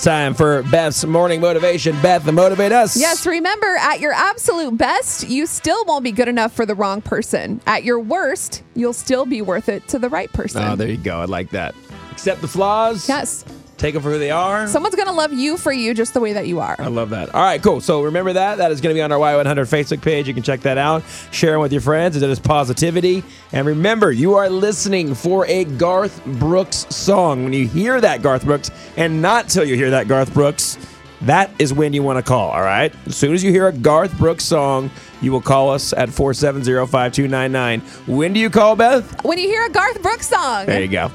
Time for Beth's morning motivation. Beth, motivate us. Yes, remember, at your absolute best, you still won't be good enough for the wrong person. At your worst, you'll still be worth it to the right person. Oh, there you go. I like that. Accept the flaws. yes. Take them for who they are. Someone's going to love you for you just the way that you are. I love that. All right, cool. So remember that. That is going to be on our Y100 Facebook page. You can check that out. Sharing with your friends. It is positivity. And remember, you are listening for a Garth Brooks song. When you hear that Garth Brooks, and not till you hear that Garth Brooks, that is when you want to call, all right? As soon as you hear a Garth Brooks song, you will call us at 470 5299. When do you call, Beth? When you hear a Garth Brooks song, There you go.